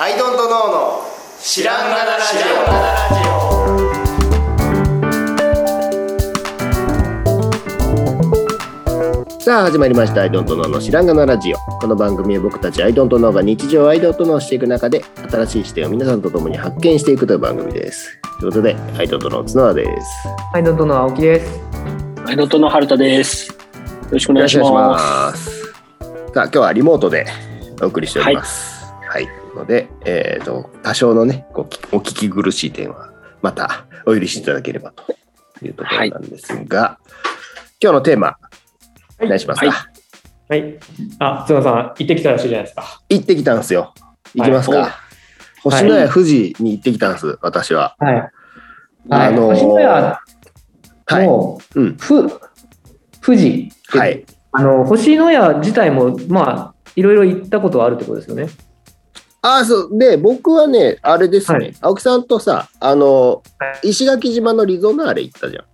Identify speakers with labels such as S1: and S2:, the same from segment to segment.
S1: アイドントノーの知らんがなラジ
S2: さあ始まりました「アイドントノーの知らんがなラジオ」この番組は僕たちアイドントノーが日常をアイドントノーしていく中で新しい視点を皆さんと共に発見していくという番組ですということでアイドントノー角田ですよ
S3: はい、どんどんの青木です。
S4: はい、ドットの春田です。よろしくお願いします。
S2: すさあ今日はリモートでお送りしておりますはい、のでえっ、と多少のねこうきお聞き苦しい点はまたお許しいただければというところなんですが、今日のテーマお願いしますか、
S4: はい
S3: はい。あ、角田さん、行ってきたらしいじゃないですか。
S2: 行ってきたんですよ。行きますか。
S4: はい
S2: 星のや富士に行ってきたんです、私は。
S3: はい。
S2: あのー
S3: 星野屋
S2: はい。
S3: もう、
S2: うん。
S3: ふ、富士。
S2: はい。
S3: あの、星野屋自体も、まあ、いろいろ行ったことはあるってことですよね。
S2: あーそう。で、僕はね、あれですね、
S3: はい
S2: 青木さんとさ、あの
S3: は、
S2: 石垣島のリゾナーレ行ったじゃん。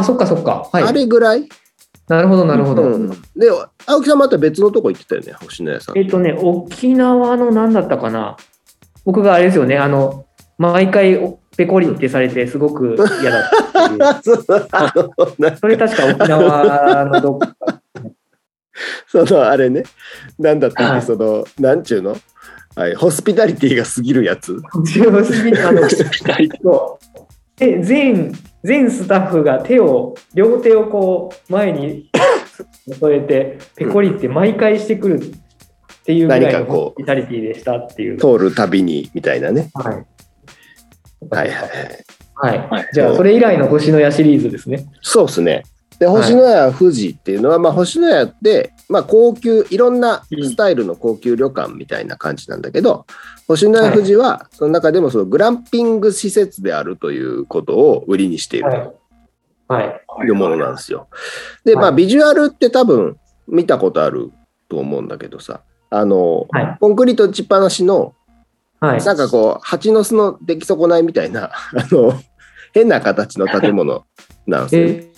S3: あ、そっかそっか。は
S2: あ
S3: い。
S2: れぐらい、
S3: なるほど、なるほど。
S2: うん、で、青木さんまた別のとこ行ってたよね、星のやさん
S3: え。っとね、沖縄の何だったかな。僕があれですよね、あの、毎回おペコリってされて、すごく嫌だったってい
S2: そ
S3: う。
S2: うそうあのな
S3: それ確か沖縄のどっか。
S2: そのあれね、なんだったっけ、
S3: はい
S2: その、なんちゅうの、はい、ホスピタリティが過ぎるやつ。
S3: あの
S4: はい、
S3: そうで全全スタッフが手を両手をこう 前に添えてペコリって毎回してくるっていうぐらい
S2: 何
S3: の
S2: かこう
S3: ホスピタリティでしたっていう。
S2: 通るたびに、みたいなね。
S3: はい
S2: はいはいはい。
S3: はい
S4: はい
S3: じゃあそれ以来の星の矢シリーズですね。
S2: そうですね。で
S3: い
S2: 星のや富士っていうのは、まあ、星のやって、まあ、高級いろんなスタイルの高級旅館みたいな感じなんだけど、星のや富士はその中でもそのグランピング施設であるということを売りにしている
S3: はい。はい。
S2: というものなん
S4: で
S2: ですよ。でまあ
S3: はい
S2: ビジュアルって多分見たことあると思うんだけどさあの、
S3: はい
S2: コンクリート打ちっぱなしの
S3: はい。
S2: なんかこう蜂の巣の出来損ないみたいな あの変な形の建物なんですよ。
S3: えーえー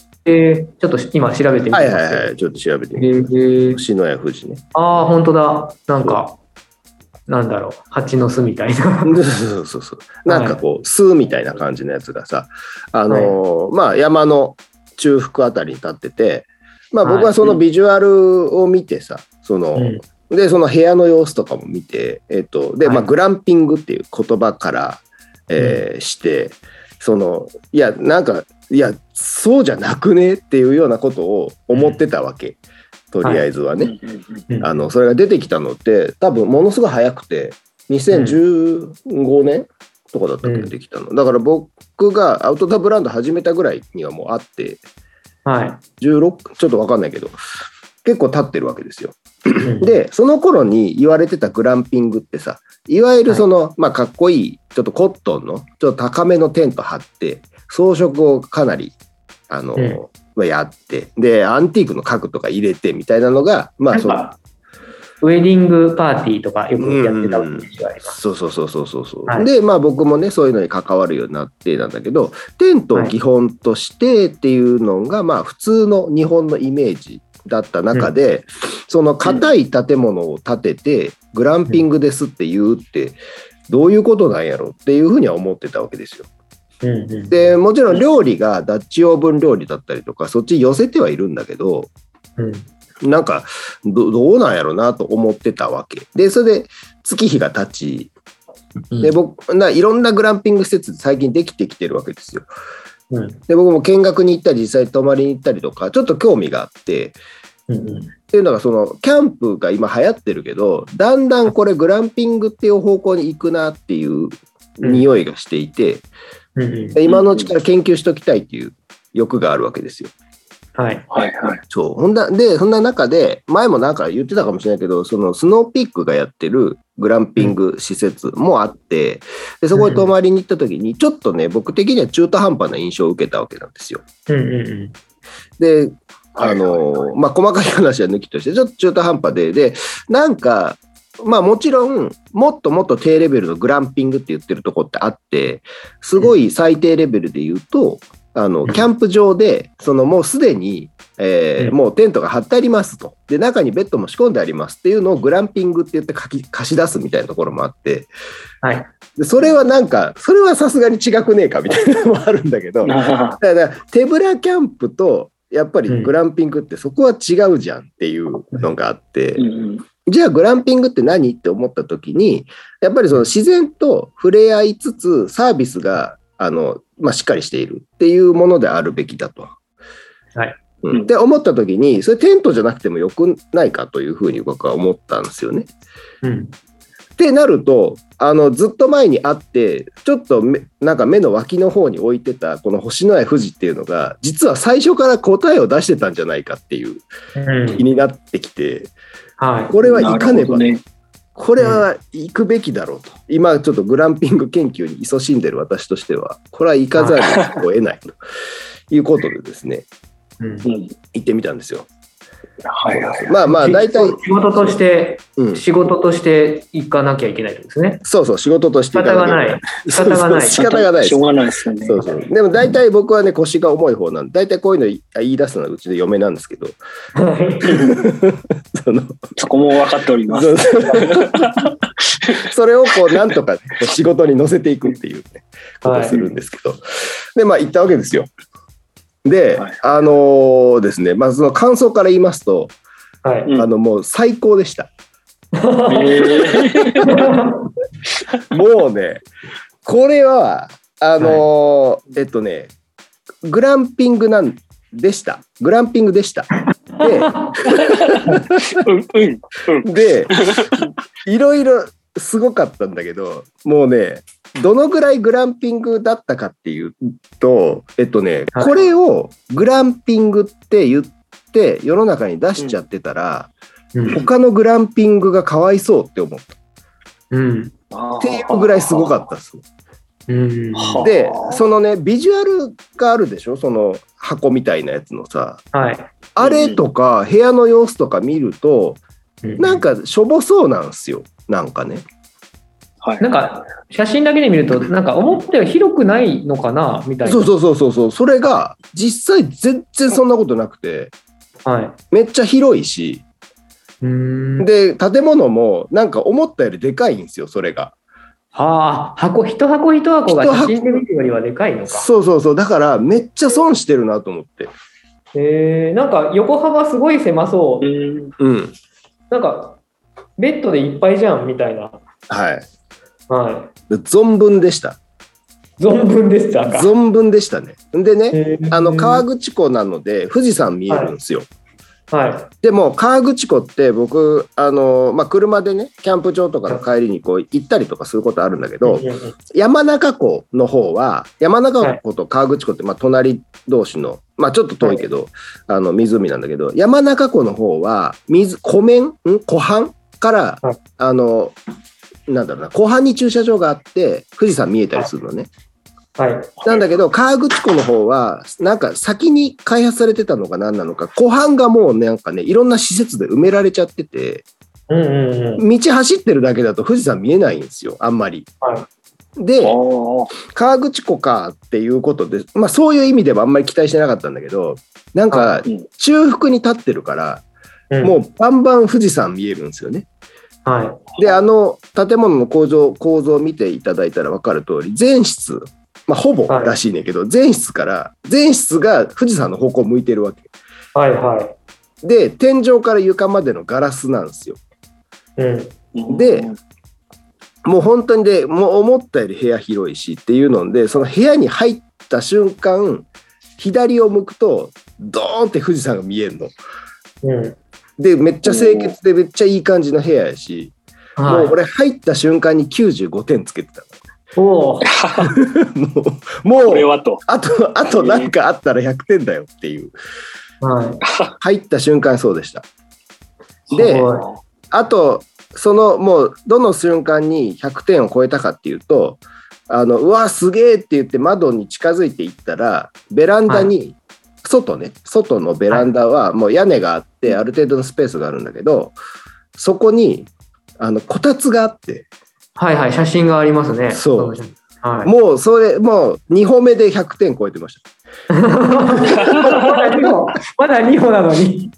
S3: ちょっと今調べてみてま
S2: は
S3: す
S2: いはいはいちょっと調べてみて
S3: えー
S2: 星のや富士ね。
S3: ああ、本当だ。なんか、なんだろう。蜂の巣みたいな。
S2: そうそうそうそう。なんかこう、巣みたいな感じのやつがさ、あのーまあ山の中腹あたりに立ってて、まあ僕はそのビジュアルを見てさ、その、
S3: うん
S2: で、その部屋の様子とかも見て、えっと、で、
S3: はい
S2: まあグランピングっていう言葉から、えーして、その、いや、なんか、いや、そうじゃなくねっていうようなことを思ってたわけ。とりあえずはね。
S4: ね。うんうんうん
S3: うん
S2: あのそれが出てきたのって多分ものすごい早くて2015年とかだったっけ、
S3: うん
S2: できたのだから僕がアウトドアブランド始めたぐらいにはもうあって
S3: はい。
S2: 16ちょっと分かんないけど結構経ってるわけですよ
S3: うん、
S2: でその頃に言われてたグランピングってさいわゆるその、まあかっこいいちょっとコットンのちょっと高めのテント張って装飾をかなりあの、
S3: うん
S2: まあやってでアンティークの家具とか入れてみたいなのがまあ
S3: なん
S2: その
S3: か、ウェディングパーティーとかよくやってたイメージがあります。
S2: そうそうそうそうそうそう、
S3: はい
S2: でまあ僕もねそういうのに関わるようになってなんだけどテントを基本としてっていうのが、まあ普通の日本のイメージだった中で、その硬い建物を建ててグランピングですって言うってどういうことなんやろっていうふうには思ってたわけですよ。
S3: うんうん
S2: でもちろん料理がダッチオーブン料理だったりとかそっち寄せてはいるんだけど、
S3: うん
S2: なんかどどうなんやろなと思ってたわけでそれで月日が経ち
S3: うん
S2: で僕ないろんなグランピング施設最近できてきてるわけですよ
S3: うん
S2: で僕も見学に行ったり実際泊まりに行ったりとかちょっと興味があって
S3: うんうん
S2: っていうのがそのキャンプが今流行ってるけどだんだんこれグランピングっていう方向に行くなっていう匂いがしていて
S3: うんうん
S2: で今のうちから研究しときたいっていう欲があるわけですよ
S3: はい。
S4: はいはい。
S2: そう。ほんだ、で、そんな中で、前もなんか言ってたかもしれないけど、そのスノーピックがやってるグランピング施設もあって、で、そこに泊まりに行った時に、ちょっとね、僕的には中途半端な印象を受けたわけなんですよ。
S3: うんうんうん
S2: で、
S4: は
S2: あ
S4: いはいはい
S2: の、まあ、細かい話は抜きとして、ちょっと中途半端で、で、なんか、まあもちろん、もっともっと低レベルのグランピングって言ってるとこってあって、すごい最低レベルで言うと、あのキャンプ場でそのもうすでに、えー
S3: うん
S2: もうテントが張ってありますとで中にベッドも仕込んでありますっていうのをグランピングって言って貸き貸し出すみたいなところもあって
S3: はい。
S2: でそれはなんかそれはさすがに違くねえかみたいなのもあるんだけど
S4: あ
S2: だから手ぶらキャンプとやっぱりグランピングってそこは違うじゃんっていうのがあって。
S4: ーうん
S2: じゃあグランピングって何って思った時にやっぱりその自然と触れ合いつつサービスがあの、まあ、しっかりしているっていうものであるべきだと。
S3: はい
S2: うん、で思った時にそれテントじゃなくてもよくないかというふうに僕は思ったんですよね。
S3: うん。
S2: ってなるとあのずっと前にあってちょっとめなんか目の脇の方に置いてたこの星のや富士っていうのが実は最初から答えを出してたんじゃないかっていう
S3: うん
S2: 気になってきて
S3: はい。
S2: これはいかね
S4: なるほ
S2: ば
S4: どね
S2: これは行くべきだろうと、今ちょっとグランピング研究に勤しんでる私としては、これは行かざるを得ないということでですね、
S3: うん
S4: うん
S2: 行ってみたんですよ。
S4: はいはい
S2: まあまあ、大体、
S3: そう仕事として、
S2: うん、
S3: 仕事として行かなきゃいけないってことですね。
S2: そうそう、仕事とし
S3: 仕
S2: て行か
S3: 方が
S2: きゃけ
S3: ない。仕方がな
S2: そう。
S3: い
S2: そう仕方がないです
S4: しょうがないですよね
S2: そうそうでも大体僕はね、腰が重い方なんで、大体こういうの言い言い出すのはうちの嫁なんですけど、 その
S4: そこも分かっております
S2: そうそうそれをこうなんとかこう仕事に乗せていくっていう、ね、こ
S3: は
S2: と
S3: い
S2: をするんですけど、でまあ行ったわけですよ。で、
S4: はい
S2: あのーですね、まあ、その感想から言いますと、
S3: はい。
S4: うん
S2: あのもう最高でした。
S4: ええ
S2: もうね、これは、あのーえっとね、グランピングなんでした。グランピングでした。で、
S4: うんうんうん
S2: で、いろいろすごかったんだけど、もうね、どのぐらいグランピングだったかっていうと、えっとね、
S3: はい
S2: これをグランピングって言って世の中に出しちゃってたら、
S3: うん
S2: 他のグランピングがかわいそうって思った
S3: うん。
S2: っていうぐらいすごかったです。
S3: うん。
S4: はあ
S2: で、そのね、ビジュアルがあるでしょその箱みたいなやつのさ。
S3: はい。
S2: あれとか部屋の様子とか見ると、なん
S3: か、
S2: かしょぼそうなんすよ。なんかね。
S4: はい
S3: なんか、写真だけで見ると、なんか思ったより広くないのかなみたいな。
S2: そうそうそうそうそうそれが実際全然そんなことなくて
S3: はい。
S2: めっちゃ広いし
S3: うーん。
S2: で建物もなんか思ったよりでかいんですよそれが
S3: ああ、箱、一箱一箱が写真で見るよりはでかいのか。
S2: そうそうそうだからめっちゃ損してるなと思って
S3: えー、なんか横幅すごい狭そうう。
S4: ん
S2: うん
S3: なんか、ベッドでいっぱいじゃんみたいな。
S2: はい
S3: は
S2: 存分でした
S3: い。存分でしたか。
S2: 存分でしたねでね
S3: えー
S2: あの川口湖なので富士山見えるんですよ、
S3: は
S2: でも河口湖って僕あの、まあ、車でねキャンプ場とかの帰りにこう行ったりとかすることあるんだけ
S3: い。
S2: ど、山中湖の方は山中湖と河口湖ってまあ隣同士の、まあ、ちょっと遠いけど、あの湖なんだけど山中湖の方は水湖面ん湖畔から、
S3: はい
S2: あのなんだろうな湖畔に駐車場があって富士山見えたりするのね、
S3: はい。
S2: なんだけど河口湖の方はなんか先に開発されてたのか何なのか湖畔がもうなんかねいろんな施設で埋められちゃってて
S3: うんうんうん。
S2: 道走ってるだけだと富士山見えないんですよあんまり。
S3: は
S2: で、
S4: ああ
S2: 河口湖かっていうことで、まあ、そういう意味ではあんまり期待してなかったんだけどなんか
S4: うん
S2: 中腹に立ってるから、
S3: うん
S2: もうバンバン富士山見えるんですよね。
S3: は
S2: であの建物の構造構造を見ていただいたら分かる通り全室、まあ、ほぼらしいねんけど、全室から全室が富士山の方向向いてるわけ
S3: い。はいは
S2: で天井から床までのガラスなんですよ。
S3: い。うん。
S2: でもう本当にでもう思ったより部屋広いしっていうのでその部屋に入った瞬間左を向くとドーンって富士山が見えるの。
S3: うん。
S2: でめっちゃ清潔でめっちゃいい感じの部屋やし、
S3: は
S2: もう
S3: い。
S2: 俺入った瞬間に95点つけてた
S3: おお。
S2: の もう
S4: これ
S2: もう
S4: はと
S2: あとあとなんかあったら100点だよっていう
S3: はい。
S2: 入った瞬間そうでした。で
S3: はい
S2: あとそのもうどの瞬間に100点を超えたかっていうとあのうわすげえって言って窓に近づいていったらベランダに外ね、外のベランダはもう屋根があってある程度のスペースがあるんだけどそこにあのこたつがあって
S3: はいはい。写真がありますね。
S2: そう
S3: そのはい。
S2: もうそれ、もう2歩目で100点超えてました。
S3: まだ2歩、まだ2歩な のに。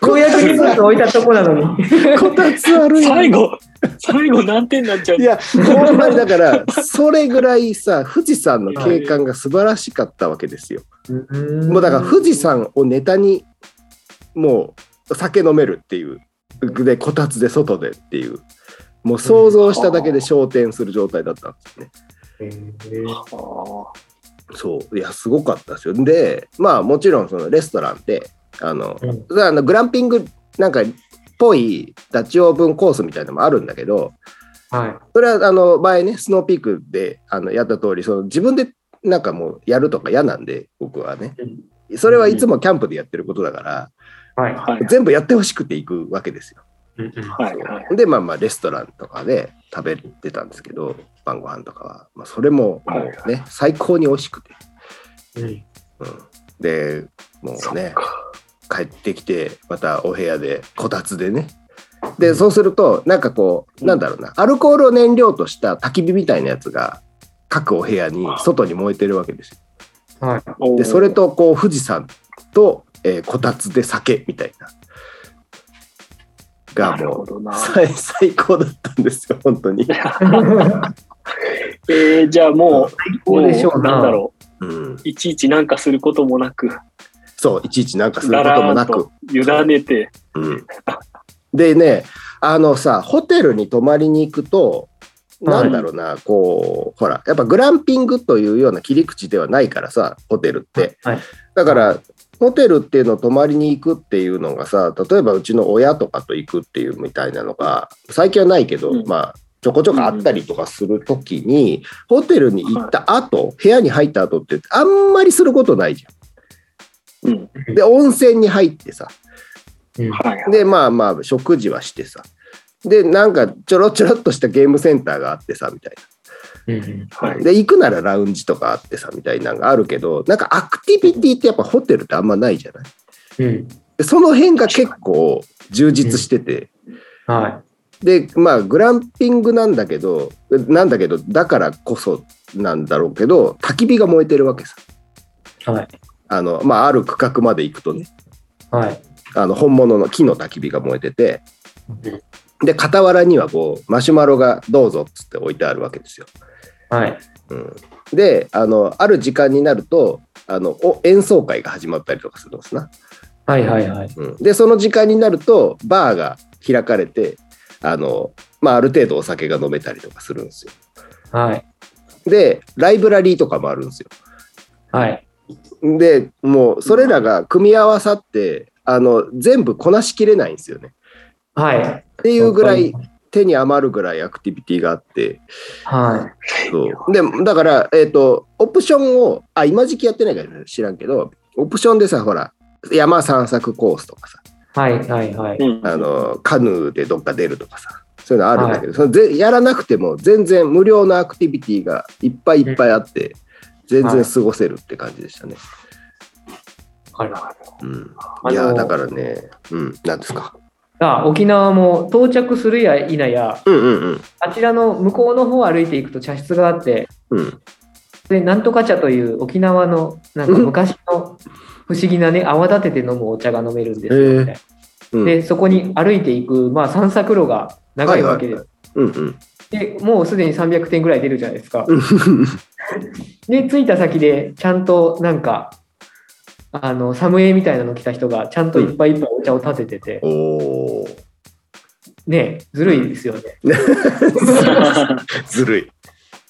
S3: 公約にずっと置いたとこなのに。
S2: こたつ悪いな。
S4: 最 後、最後何点になっちゃう
S2: いや、ほんまにだから、それぐらいさ、富士山の景観が素晴らしかったわけですよ。もうだから、富士山をネタに、もう酒飲めるっていう。で、こたつで外でっていう。もう想像しただけで昇天する状態だったんですね。
S3: えー
S4: あ
S2: そう。いや、すごかったですよ。で、まあもちろんそのレストランで、あの、
S3: うん
S2: それはあのグランピングなんかっぽいダチオーブンコースみたいなのもあるんだけど、
S3: はい。
S2: それはあの前ね、スノーピークであのやった通り、その自分でなんかもうやるとか嫌なんで、僕はね。それはいつもキャンプでやってることだから、
S3: はい。
S4: ーはい
S2: 全部やってほしくて行くわけですよ。
S3: うんうん
S4: はいはい。
S2: で、まあまあ、レストランとかで食べてたんですけど、晩ご飯とかは。まあ、それももうね、最高に美味しくて。
S3: うん
S2: うん、で、もうね、帰ってきて、またお部屋で、こたつでね。で、そうすると、なんかこう、なんだろうな、アルコールを燃料とした焚き火みたいなやつが、各お部屋に外に燃えてるわけですよ。
S3: はい。
S4: おー
S2: で、それとこう、富士山と、えーこたつで酒みたいな。が
S4: なる
S2: も
S4: ほ
S2: う
S4: どな。
S2: 最最高だったんですよ、本当に。
S4: えー、じゃあもう、
S3: こうでしょう
S4: も
S3: な。
S4: なんだろう。
S2: うん、
S4: いちいちなんかすることもなく、
S2: そう、いちいちなんかする
S4: だ
S2: こと
S4: ら
S2: も
S4: ー
S2: な
S4: っ
S2: く、
S4: と委ねて。
S2: うん、でねあのさホテルに泊まりに行くとなんだろうな、こうほらやっぱグランピングというような切り口ではないからさホテルって
S3: はい。
S2: だからホテルっていうのを泊まりに行くっていうのがさ例えばうちの親とかと行くっていうみたいなのが最近はないけど、
S4: うん
S2: まあちょこちょこあったりとかするときに、ホテルに行った後、部屋に入った後ってあんまりすることないじ
S4: うん。
S2: ゃん。で温泉に入ってさ
S3: うん
S4: はいはい。
S2: でまあまあ食事はしてさでなんかちょろちょろっとしたゲームセンターがあってさみたい
S3: うん
S4: はい
S2: なで行くならラウンジとかあってさみたいなのがあるけどなんかアクティビティってやっぱホテルってあんまないじゃない
S3: うん
S2: でその辺が結構充実してて、
S3: は
S2: でまあグランピングなんだけどなんだけどだからこそなんだろうけど焚き火が燃えてるわけさ
S3: い。はい。
S2: あのまあある区画まで行くとね
S3: はい。
S2: あの本物の木の焚き火が燃えてて
S3: うん
S2: で傍らにはこうマシュマロがどうぞっつって置いてあるわけですよ。
S3: はい。
S2: うん、であのある時間になるとあのお演奏会が始まったりとかするんですな。
S3: はい。はい。はい。
S2: うん、でその時間になるとバーが開かれてあの、まあ、ある程度お酒が飲めたりとかするんですよ。
S3: はい。
S2: でライブラリーとかもあるんですよ。
S3: はい。
S2: でもうそれらが組み合わさってあの全部こなしきれないんですよね。
S3: はい。
S2: っていうぐらい。手に余るぐらいアクティビティがあって。
S3: は
S2: そうでだから、えっとオプションをあ今時期やってないから知らんけどオプションでさほら山散策コースとかさ
S3: い。はい。はい。はい。
S4: うん
S2: あのカヌーでどっか出るとかさそういうのあるんだけど、そのぜやらなくても全然無料のアクティビティがいっぱいいっぱいあって、全然過ごせるって感じでしたね。
S3: わかるわかる
S2: うん、
S3: あ
S2: いや
S3: の
S2: だからね、うん、なんですか。
S3: あ沖縄も到着するや否や、
S2: うんうんうん
S3: あちらの向こうの方を歩いていくと茶室があって、
S2: うん、
S3: で、なんとか茶という沖縄のなんか昔の不思議なね、泡立てて飲むお茶が飲めるんですよ、みたい
S2: うん
S3: なで、そこに歩いていく、まあ、散策路が長いわけです。
S2: うんうん
S3: で、もうすでに300点ぐらい出るじゃないですか。
S2: うん
S3: で、着いた先で、ちゃんとなんか、あの、サムエみたいなの着た人が、ちゃんといっぱいいっぱいお茶を立ててて、
S2: おー
S3: ね、ずるいですよね。
S2: ずるい。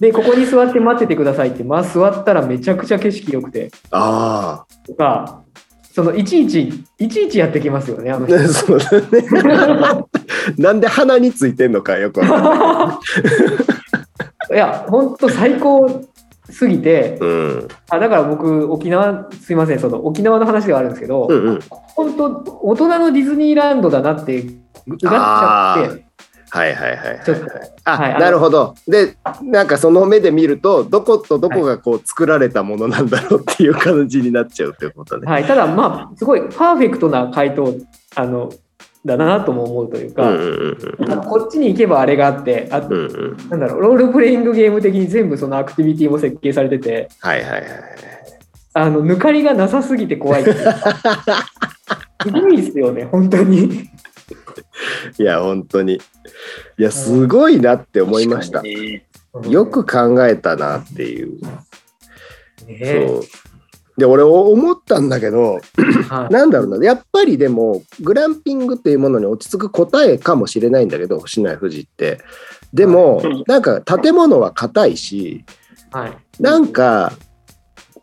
S3: で、ここに座って待っててくださいって、まあ、座ったらめちゃくちゃ景色良くて、
S2: あ
S3: とか、その、いちいち、いちいちやってきますよね、あ
S2: あ、
S3: の人。
S2: ねそうだね。なんで鼻についてんのかよくわかんない。
S3: いや、ほんと最高すぎて、
S2: うん。
S3: あだから僕、沖縄、すいません、その、沖縄の話ではあるんですけど、
S2: うんうん。
S3: 本当大人のディズニーランドだなって、うがっちゃって、
S2: はいはいはいはい。
S3: ちょっと、
S2: あ、
S3: はいあの
S2: なるほど。で、なんかその目で見ると、どことどこがこう作られたものなんだろうっていう感じになっちゃうってことね。
S3: はい、ただまあすごいパーフェクトな回答あのだなとも思うという
S2: うん
S3: か、
S2: うん
S3: あのこっちに行けばあれがあってあ
S2: うんうんうん
S3: なんだろうロールプレイングゲーム的に全部そのアクティビティも設計されてて
S2: はいはいはい
S3: あの抜かりがなさすぎて怖いっていうかすごいですよね本当に
S2: いや本当にいやすごいなって思いました、
S4: 確かにね
S2: よく考えたなっていう、
S3: ね
S2: そうで俺思ったんだけど
S3: は い
S2: なんだろうなやっぱりでもグランピングっていうものに落ち着く答えかもしれないんだけど星内富士ってでも
S4: はい
S2: なんか建物は硬いし
S3: はい
S2: なんか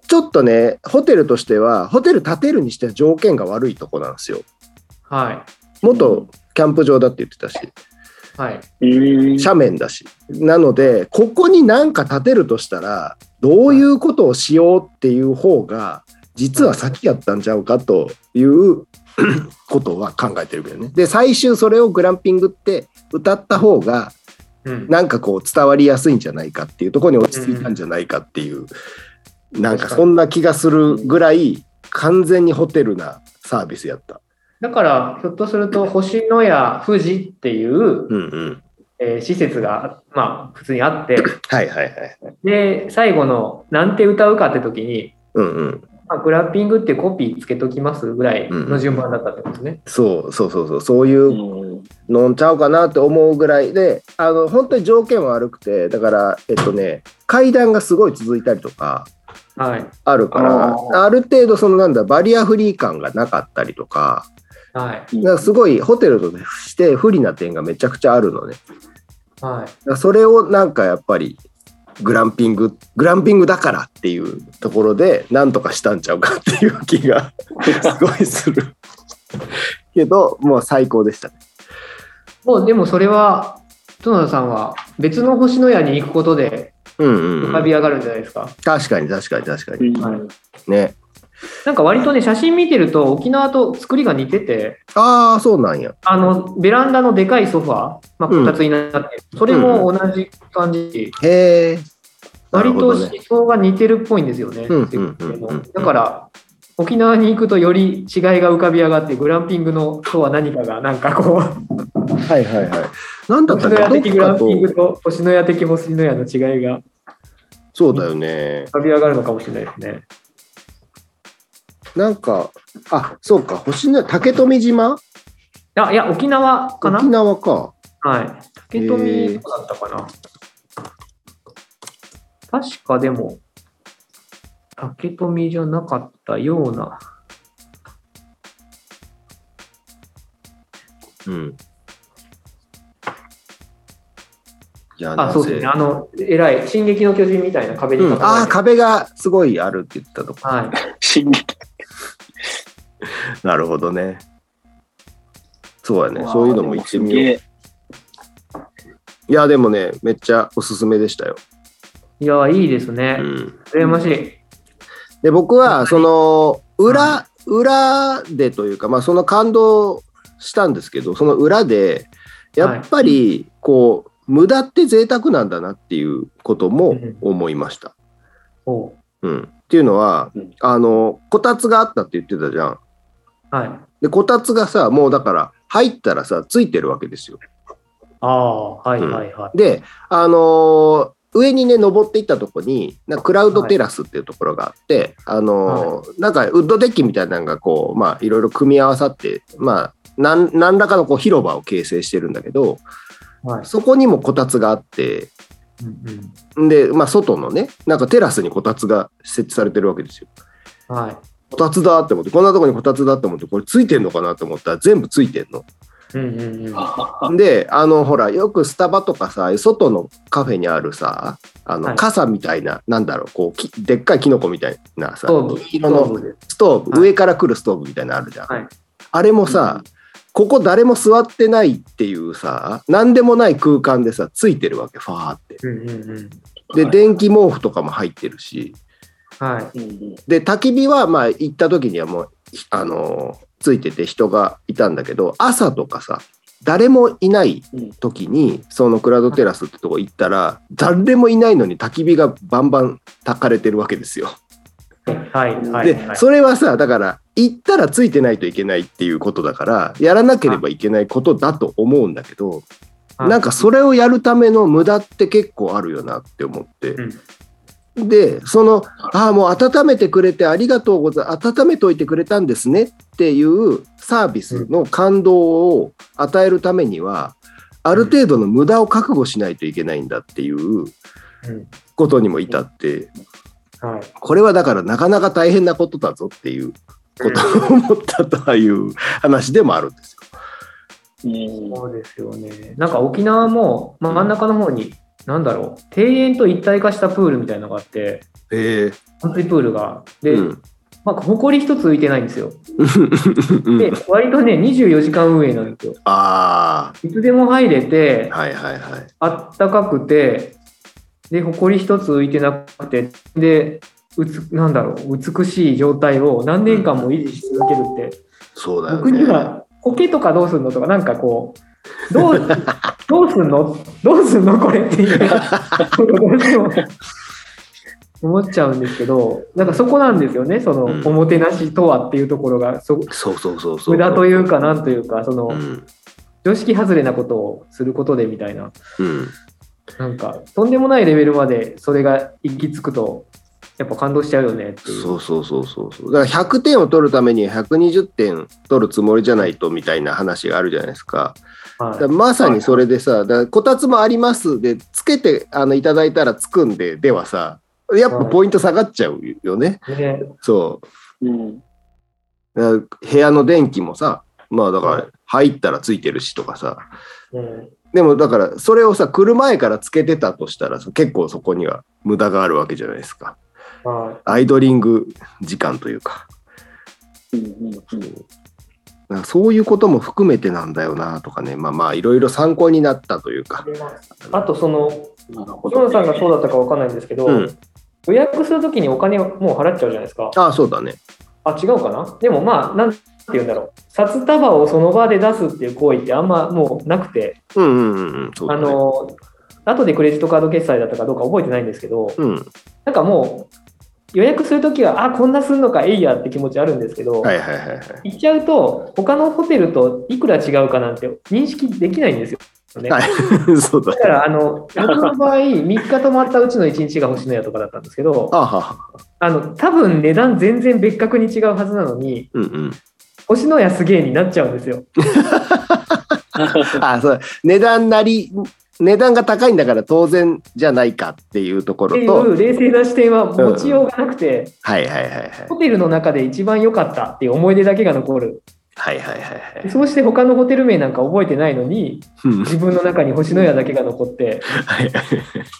S2: ちょっとねホテルとしてはホテル建てるにしては条件が悪いとこなんですよ
S3: は
S2: 元キャンプ場だって言ってたし
S3: いはい
S4: うん
S2: 斜面だしなのでここになんか建てるとしたらどういうことをしようっていう方が実は先やったんちゃうかという ことは考えてるけどねで最終それをグランピングって歌った方が
S3: うん
S2: なんかこう伝わりやすいんじゃないかっていうところに落ち着いたんじゃないかっていうなんかそんな気がするぐらい完全にホテルなサービスやった。
S3: だからひょっとすると星のや富士っていう
S2: うんうん、
S3: えー施設が、まあ、普通にあって、
S2: はいはいはい。
S3: で、最後の、なんて歌うかって時に、
S2: うんうん
S3: まあ、グラッピングってコピーつけときますぐらいの順番だったってことですね。
S2: そうそうそうそうそういう
S4: うん
S2: 飲んちゃうかなって思うぐらいであの本当に条件は悪くてだからえっとね階段がすごい続いたりとか
S3: はい。
S2: あるから
S4: あ
S2: ある程度そのなんだバリアフリー感がなかったりとか
S3: は
S2: だからすごいホテルとして不利な点がめちゃくちゃあるのねだか
S3: い。はい。
S2: らそれをなんかやっぱりグランピンググランピングだからっていうところでなんとかしたんちゃうかっていう気がすごいするけどもう最高でしたね
S3: もう、でもそれは、園田さんは別の星のやに行くことで
S2: うんうん
S3: 浮
S2: う
S3: か
S2: ん
S3: び上がるんじゃないですか。
S2: 確かに確かに確か
S4: う
S2: に
S4: ん
S3: はい
S2: ね
S3: なんか割とね、写真見てると沖縄と作りが似てて、
S2: ああ、そうなんや。
S3: あの、ベランダのでかいソファー、まあ、
S2: うん
S3: こたつになってる、それも同じ感じ。
S2: へえ。
S3: 割と
S2: なるほ
S3: 思
S2: どね
S3: 想が似てるっぽいんですよね。
S2: うんうんうんうん
S3: だから沖縄に行くとより違いが浮かび上がってグランピングのとは何かがなんかこう
S2: はいはいはい。なんだった
S3: 星
S2: っ
S3: の
S2: け
S3: や的グ
S2: ど
S3: ラ
S2: っか
S3: ンピング
S2: と。
S3: と星のや的星のやの違いが
S2: そうだよね。
S3: 浮かび上がるのかもしれないですね。
S2: なんか、あ、そうか、星の竹富島
S3: あいや沖縄かな
S2: 沖縄か。
S3: はい。竹
S2: へ
S3: 富
S2: ー
S3: どうだったかな確かでも竹富じゃなかったような。
S2: うん。いや、
S3: あ
S2: な
S3: そうです
S2: ぜ
S3: ね。あの偉い「進撃の巨人」みたいな壁に
S2: う
S3: 囲ま
S2: ん、ああ、
S3: れて、
S2: 壁がすごいあるって言ったとこ。
S3: はい。
S4: 進撃
S2: なるほどね。そうやね。
S4: わあ
S2: そういうのも行ってみ
S4: で
S2: よ
S4: も
S2: う。いや、でもね、めっちゃおすすめでしたよ。
S3: いや、いいですね
S2: う。ん。
S3: 羨ましい。
S2: で僕はその裏裏でというか、まあ、その感動したんですけどその裏でやっぱりこう、無駄って贅沢なんだなっていうことも思いました。
S3: おう
S2: うん、っていうのは
S4: うん
S2: あのこたつがあったって言ってたじゃん。
S3: はい。
S2: でこたつがさもうだから入ったらさついてるわけですよ。
S3: ああ、はい
S2: うん
S3: はいはい。
S2: で、あのー上にね、登っていったとこに、なんかクラウドテラスっていうところがあって、あのーなんかウッドデッキみたいなのがこう、まあ、いろいろ組み合わさって、まあ、なん何らかのこう広場を形成してるんだけど、
S3: はい。
S2: そこにもこたつがあって、
S3: うん
S2: んで、まあ、外のね、なんかテラスにこたつが設置されてるわけですよ。
S3: うん。はい。
S2: こたつだって思って、こんなとこにこたつだって思って、これついてんのかなって思ったら、全部ついてんの。
S3: うんうんうん。は
S4: あ
S2: であのほらよくスタバとかさ外のカフェにあるさあの、
S3: はい
S2: 傘みたいななんだろうこうきでっかいキノコみたいなさ
S3: ストーブ
S2: 黄色の
S3: ストーブ
S2: ストーブ、
S3: はい
S2: 上から来るストーブみたいなのあるじゃん、
S3: はい
S2: あれもさ、ここ誰も座ってないっていうさ何でもない空間でさついてるわけファーって
S3: うんうんうん。
S2: で、
S4: はい
S2: 電気毛布とかも入ってるし
S3: はい。
S4: うんうん
S2: で焚き火はまあ行った時にはもうあのーついてて人がいたんだけど朝とかさ誰もいない時にそのクラウドテラスってとこ行ったら誰もいないのに焚き火がバンバン焚かれてるわけですよ。
S3: はいはいは
S2: で
S3: い。
S2: それはさだから行ったらついてないといけないっていうことだからやらなければいけないことだと思うんだけど
S3: はい
S2: なんかそれをやるための無駄って結構あるよなって思ってでその「ああもう温めてくれてありがとうございます温めといてくれたんですね」っていうサービスの感動を与えるためにはある程度の無駄を覚悟しないといけないんだっていう
S3: うん
S2: ことにも至って。
S3: はい
S2: これはだからなかなか大変なことだぞっていうことを思ったという話でもあるんですよ。
S4: うん
S3: そうですよね。なんか沖縄も、まあ、真ん中の方に、なんだろう、庭園と一体化したプールみたいなのがあって、
S2: へえ
S3: 淡水プールが。で、
S2: うん
S3: まあ、埃一つ浮いてないんですよ。
S2: うん
S3: で、割とね、24時間運営なんですよ。
S2: あ
S3: いつでも入れて
S2: あ、はいはいはい。
S3: あったかくて、で、埃一つ浮いてなくて、で、うつなんだろう、美しい状態を何年間も維持し続けるって、
S2: そうだよ
S3: 僕に
S2: ね。
S3: は苔とかどうすんのとかなんかこうど うどうすんのどうすんのこれっていうのがどうしても思っちゃうんですけどなんかそこなんですよねその、
S2: うん
S3: おもてなしとはっていうところがそ
S2: そうそうそうそう。
S3: 無駄というかなんというかその、
S2: うん。
S3: 常識外れなことをすることでみたいな
S2: うん。
S3: なんかとんでもないレベルまでそれが行き着くとやっぱ感動しちゃうよねっていう。
S2: そうそうそうそうそう。だから100点を取るために120点取るつもりじゃないとみたいな話があるじゃないですか。
S3: はい
S2: だからまさにそれでさ、だからこたつもありますで、つけてあのいただいたらつくんで、ではさ、やっぱポイント下がっちゃうよね。
S3: ね
S2: そう。
S4: うん
S2: だから部屋の電気もさまあだから入ったらついてるしとかさ
S3: うん
S2: でもだからそれをさ来る前からつけてたとしたらさ結構そこには無駄があるわけじゃないですか
S3: は
S2: アイドリング時間というか
S4: うんうんうん
S2: なんかそういうことも含めてなんだよなとかねまあまあいろいろ参考になったというか
S3: いあとその
S4: なるほ
S3: ゾ
S4: ど
S3: ノさんがそうだったかわかんないんですけど、
S2: うん
S3: 予約するときにお金をもう払っちゃうじゃないですか。
S2: ああそうだね
S3: あ、違うかなでもまあ、なんて言うんだろう。札束をその場で出すっていう行為ってあんまもうなくて、
S2: うんうんうんうんそう
S3: あ
S2: だね
S3: の、後でクレジットカード決済だったかどうか覚えてないんですけど、
S2: うん
S3: なんかもう予約するときは、あ、こんなすんのか、えいやって気持ちあるんですけど、
S2: はいはいはいはい
S3: 行っちゃうと、他のホテルといくら違うかなんて認識できないんですよね。
S2: はい そうだ
S3: だから、あの、僕の場合、3日泊まったうちの1日が星のやとかだったんですけど、
S2: あは
S3: あの多分値段全然別格に違うはずなのに
S2: うんうん
S3: 星のやすげえになっちゃうんですよ。
S2: あそう値段なり値段が高いんだから当然じゃないかっていうとこ
S3: って
S2: ろ
S3: い
S2: と
S3: う冷静な視点は持ちようがなくて、
S2: はいはいはいはい。
S3: ホテルの中で一番良かったっていう思い出だけが残る。
S2: はいはいはいはい。
S3: そうして他のホテル名なんか覚えてないのに
S2: うん
S3: 自分の中に星のやだけが残って
S2: はい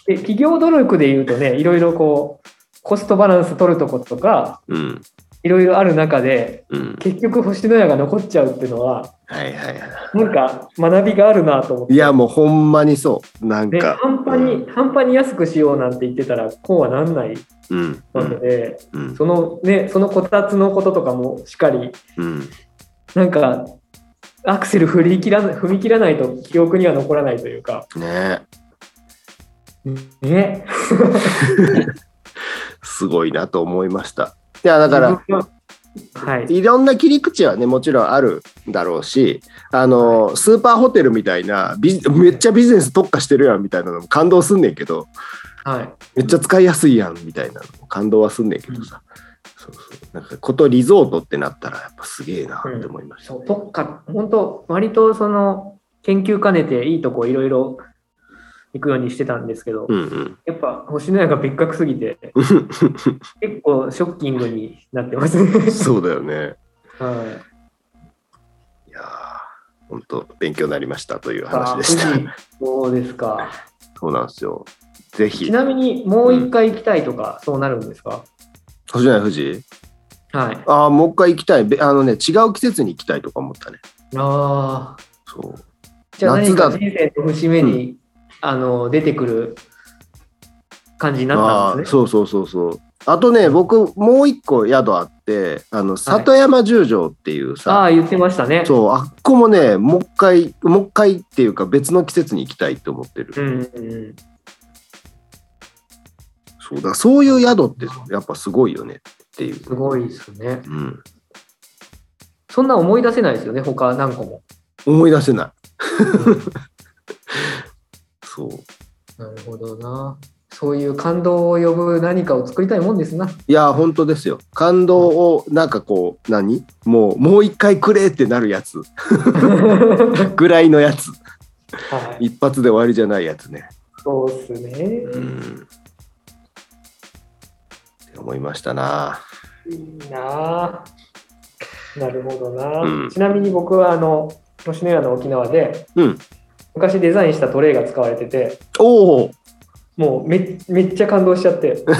S3: で企業努力で言うとねいろいろこうコストバランス取るとことか
S2: うん。
S3: いろいろある中で
S2: うん。
S3: 結局星のやが残っちゃうっていうのは
S2: はいはいは
S3: なんか学びがあるなと思って
S2: い。いやもうほんまにそう。なん
S3: ね、
S2: か。
S3: 半端に、半端に安くしようなんて言ってたらこうはなんない
S2: うん。う
S3: わけ
S2: ん。
S3: で、
S2: うん。
S3: そのねそのこたつのこととかもしっかり
S2: うん。
S3: なんかアクセル振り切らな踏み切らないと記憶には残らないというか
S2: ねえ
S3: ね
S2: すごいなと思いました。いやだから、
S3: 自分ははい
S2: いろんな切り口はね、もちろんあるんだろうし、あの、スーパーホテルみたいな、ビジめっちゃビジネス特化してるやんみたいなのも感動すんねんけど、
S3: はい
S2: めっちゃ使いやすいやんみたいなのも感動はすんねんけどさ。そうそう。なんか、ことリゾートってなったら、やっぱすげえなって思いました
S3: そう特化本当割とその研究兼ねていいとこいろいろ行くようにしてたんですけど、
S2: うんうん。
S3: やっぱ星のやが別格すぎ て結構ショッキングになってます ね、
S2: そうだよね。
S3: はい
S2: いやー本当勉強になりましたという
S3: あ
S2: 話でした。
S3: 富士そうですか。
S2: そうなんですよ。ぜひ
S3: ち。なみにもう一回行きたいとか、そうなるんですか
S2: 星ない富士
S3: はい。
S2: ああ、もう一回行きたい。べあのね、違う季節に行きたいとか思ったね。
S3: ああ。
S2: そう。
S3: じゃあ何
S2: 夏だ
S3: か人生の節目に、あの出てくる感じになった
S2: あ
S3: ん
S2: あ
S3: で
S2: ー、
S3: すね。
S2: そうそうそうそう。あとね、僕、もう一個宿あって、あの、里山十条っていうさ、
S3: ああー、言ってましたね。
S2: そう、あっこもね、もう一回、もう一回っていうか別の季節に行きたいって思ってる。
S3: うんうんうん。
S2: そうだ、そういう宿ってやっぱすごいよね。っていう。
S3: すごいですね。
S2: うん、
S3: そんな思い出せないですよね、他何個も。
S2: 思い出せない。そう。
S3: なるほどな。そういう感動を呼ぶ何かを作りたいもんですな。
S2: いや、本当ですよ。感動を、なんかこう、何もう、もう一回くれってなるやつ。ぐらいのやつ。
S3: はい、
S2: 一発で終わりじゃないやつね。
S3: そうっすね。
S2: うん。って思いましたな。
S3: いいなぁ。なるほどな、
S2: うん
S3: ちなみに僕はあの吉野家の沖縄で
S2: うん。
S3: 昔デザインしたトレイが使われてて
S2: おお
S3: もうめめっちゃ感動しちゃって。キ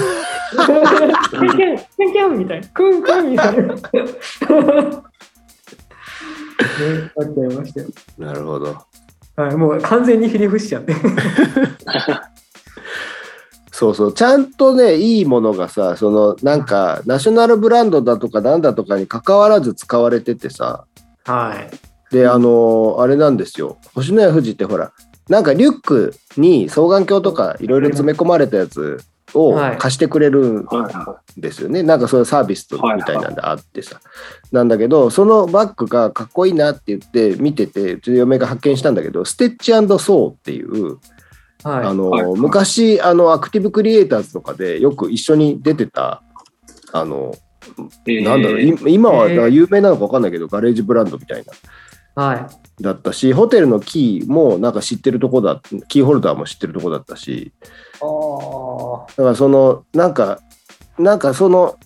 S3: ャンキャンキャンキャンみたいな。クンクンみたいな。 ね、なっちゃいましたよ。
S2: なるほど。
S3: はい、もう完全にひれ伏しちゃって。
S2: そうそう。ちゃんとね、いいものがさ、その、なんか、ナショナルブランドだとか、なんだとかに関わらず使われててさ。
S3: はい。
S2: で、あのーあれなんですよ。星のや富士ってほら、なんかリュックに双眼鏡とかいろいろ詰め込まれたやつを
S3: はい
S2: 貸してくれるん
S4: はいは
S2: ですよね。なんかそういうサービスとみたいなんであってさ。なんだけど、そのバッグがかっこいいなって言って見てて、うちの嫁が発見したんだけど、ステッチソーっていう、
S3: はい。
S2: あのー
S4: はいはい
S2: 昔、あの、アクティブクリエイターズとかでよく一緒に出てた、あの
S4: い。えー
S2: なんだろう、い今はだから有名なのか分かんないけど、ガレージブランドみたいな。
S3: はい。
S2: だったし、ホテルのキーもなんか知ってるとこだ、キーホルダーも知ってるとこだったし、
S3: あ
S2: だからその、なんか、なんかその、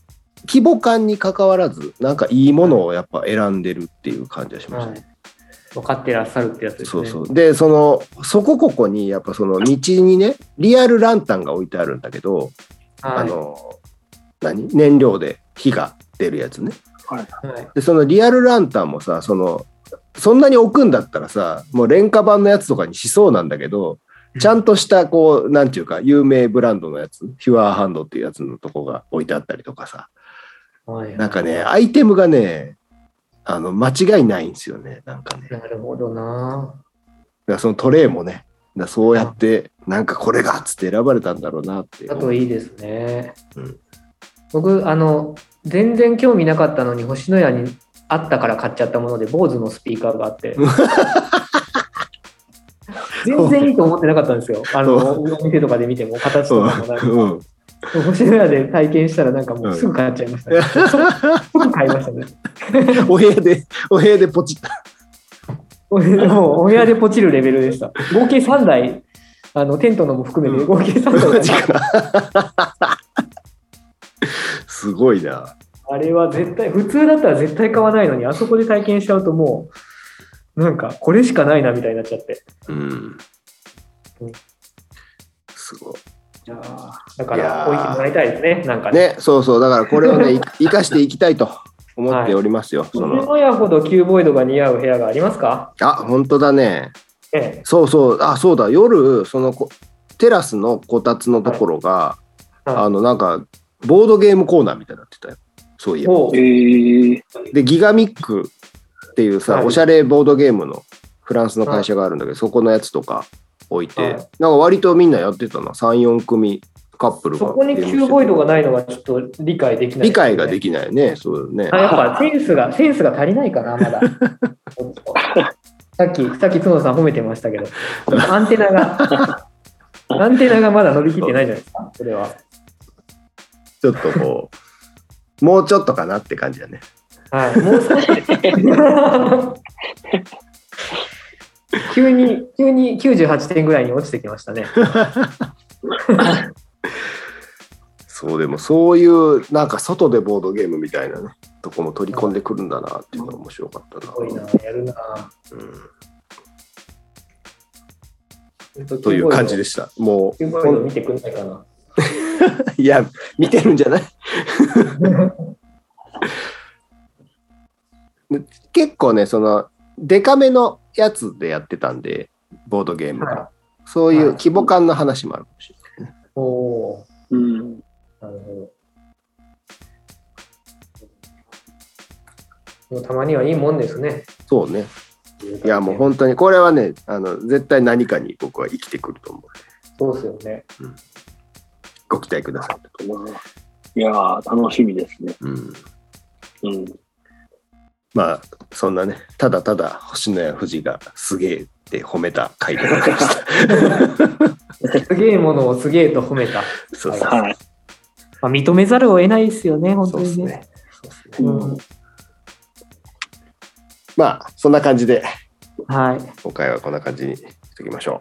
S2: 規模感に関わらず、なんかいいものをやっぱ選んでるっていう感じがし
S3: あ。
S2: ました
S3: は
S2: ね。
S3: い。分かってらっしゃるってやつです
S2: そ
S3: ね。
S2: うそう。で、その、そこここに、やっぱその道にね、リアルランタンが置いてあるんだけど、
S3: はい。
S2: あの、何燃料で火が出るやつね。
S3: はい、
S2: でそのリアルランタンもさそのそんなに置くんだったらさもう廉価版のやつとかにしそうなんだけどちゃんとしたこうなんていうか有名ブランドのやつピュアハンドっていうやつのとこが置いてあったりとかさ
S3: はい
S2: なんかねアイテムがねあの間違いないんですよねなんかねだか
S3: なるほどな。
S2: らそのトレイもねだからそうやってなんかこれがっつって選ばれたんだろうなって
S3: だといいですね。
S2: うん
S3: 僕、あの、全然興味なかったのに、星のやにあったから買っちゃったもので、坊主のスピーカーがあ って。全然いいと思ってなかったんですよ。あの、お店とかで見ても、形とかもなんか。
S2: うんうん
S3: 星のやで体験したら、なんかもうすぐ買っちゃいましたね。すぐ買いましたね。
S2: お部屋でお部屋でポチッと
S3: もうお部屋でポチるレベルでした。合計3台、あのテントのも含めて合計3
S2: マ
S3: 台
S2: ジかすごいな
S3: あれは絶対、普通だったら絶対買わないのに、あそこで体験しちゃうともう、なんかこれしかないなみたいになっちゃって。
S2: うん
S3: うん。
S2: すごい。
S3: だか
S2: いや
S3: ら
S2: ー
S3: 置いてもらいたいですね、なんかね。
S2: ね、そうそう、だからこれをね、 い生かしていきたいと思っておりますよ。そ
S3: 犬
S2: の
S3: のやほどキューボイドが似合う部屋がありますか、
S2: あ、本当だね。
S3: ええ、
S2: そうそう、あ、そうだ、夜、そのこテラスのこたつのところが、
S3: はい
S2: あの、なんか、ボードゲームコーナーみたいになってたよ。そういえば。
S3: おう
S4: えー
S2: で、ギガミックっていうさ、
S3: はい
S2: おしゃれボードゲームのフランスの会社があるんだけど、そこのやつとか置いて、
S3: はい
S2: なんか割とみんなやってたな、3、4組カップルが。
S3: そこにキューボイドがないのはちょっと理解できない、
S2: 理解がで
S3: き
S2: きないよね、そうよね。
S3: あやっぱセンスが、センスが足りないか な、まだ。さっき、さっき角田さん褒めてましたけど、アンテナが、 アンテナがまだ伸びきってないじゃないですか、それは。
S2: ちょっとこう、 もうちょっとかなって感じだね。
S3: はい、もう 少し。急に、急に98点ぐらいに落ちてきましたね。
S2: そう、でもそういう、なんか外でボードゲームみたいなね、とこも取り込んでくるんだなっていうのが面白かった
S3: す
S2: な。
S3: ごいな、やるな。
S2: うん
S3: 本当
S2: という感じでした。も
S3: キューボイド見てくんないかな。
S2: う、いや、見てるんじゃ ない結構ね、その、デカめのやつでやってたんで、ボードゲームが。
S3: は
S2: そういう
S3: はい
S2: 規模感の話もあるかもしれない。
S3: おお
S4: う
S3: ー、
S4: ん。
S3: なるほど。でもたまにはいいもんですね。
S2: そうね。いやもう本当にこれはねあの絶対何かに僕は生きてくると思う
S3: そうですよね。
S2: ご期待ください
S4: ありがとうございますいやー、楽しみですね。
S2: うん、
S4: うん。
S2: まあそんなねただただ星野や富士がすげえって褒めた回でございま した
S3: すげえものをすげえと 褒めた。
S2: そうそう
S4: はい。
S3: まあ、認めざるを得ないですよね、本
S2: そ
S3: 当
S2: うで
S3: に
S2: す
S3: ね。
S2: ねそうっすね
S3: うん、
S2: まあそんな感じで
S3: はい。
S2: 今回はこんな感じにしておきましょ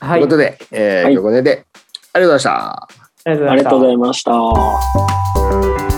S2: う、
S3: はい。
S2: ということで、えー
S4: は
S2: 今
S4: い
S2: 日この辺でありがとうございました
S3: ありがとうござ
S4: あ
S3: いま
S4: り
S3: し
S4: が
S3: た
S4: とうご。ざいました。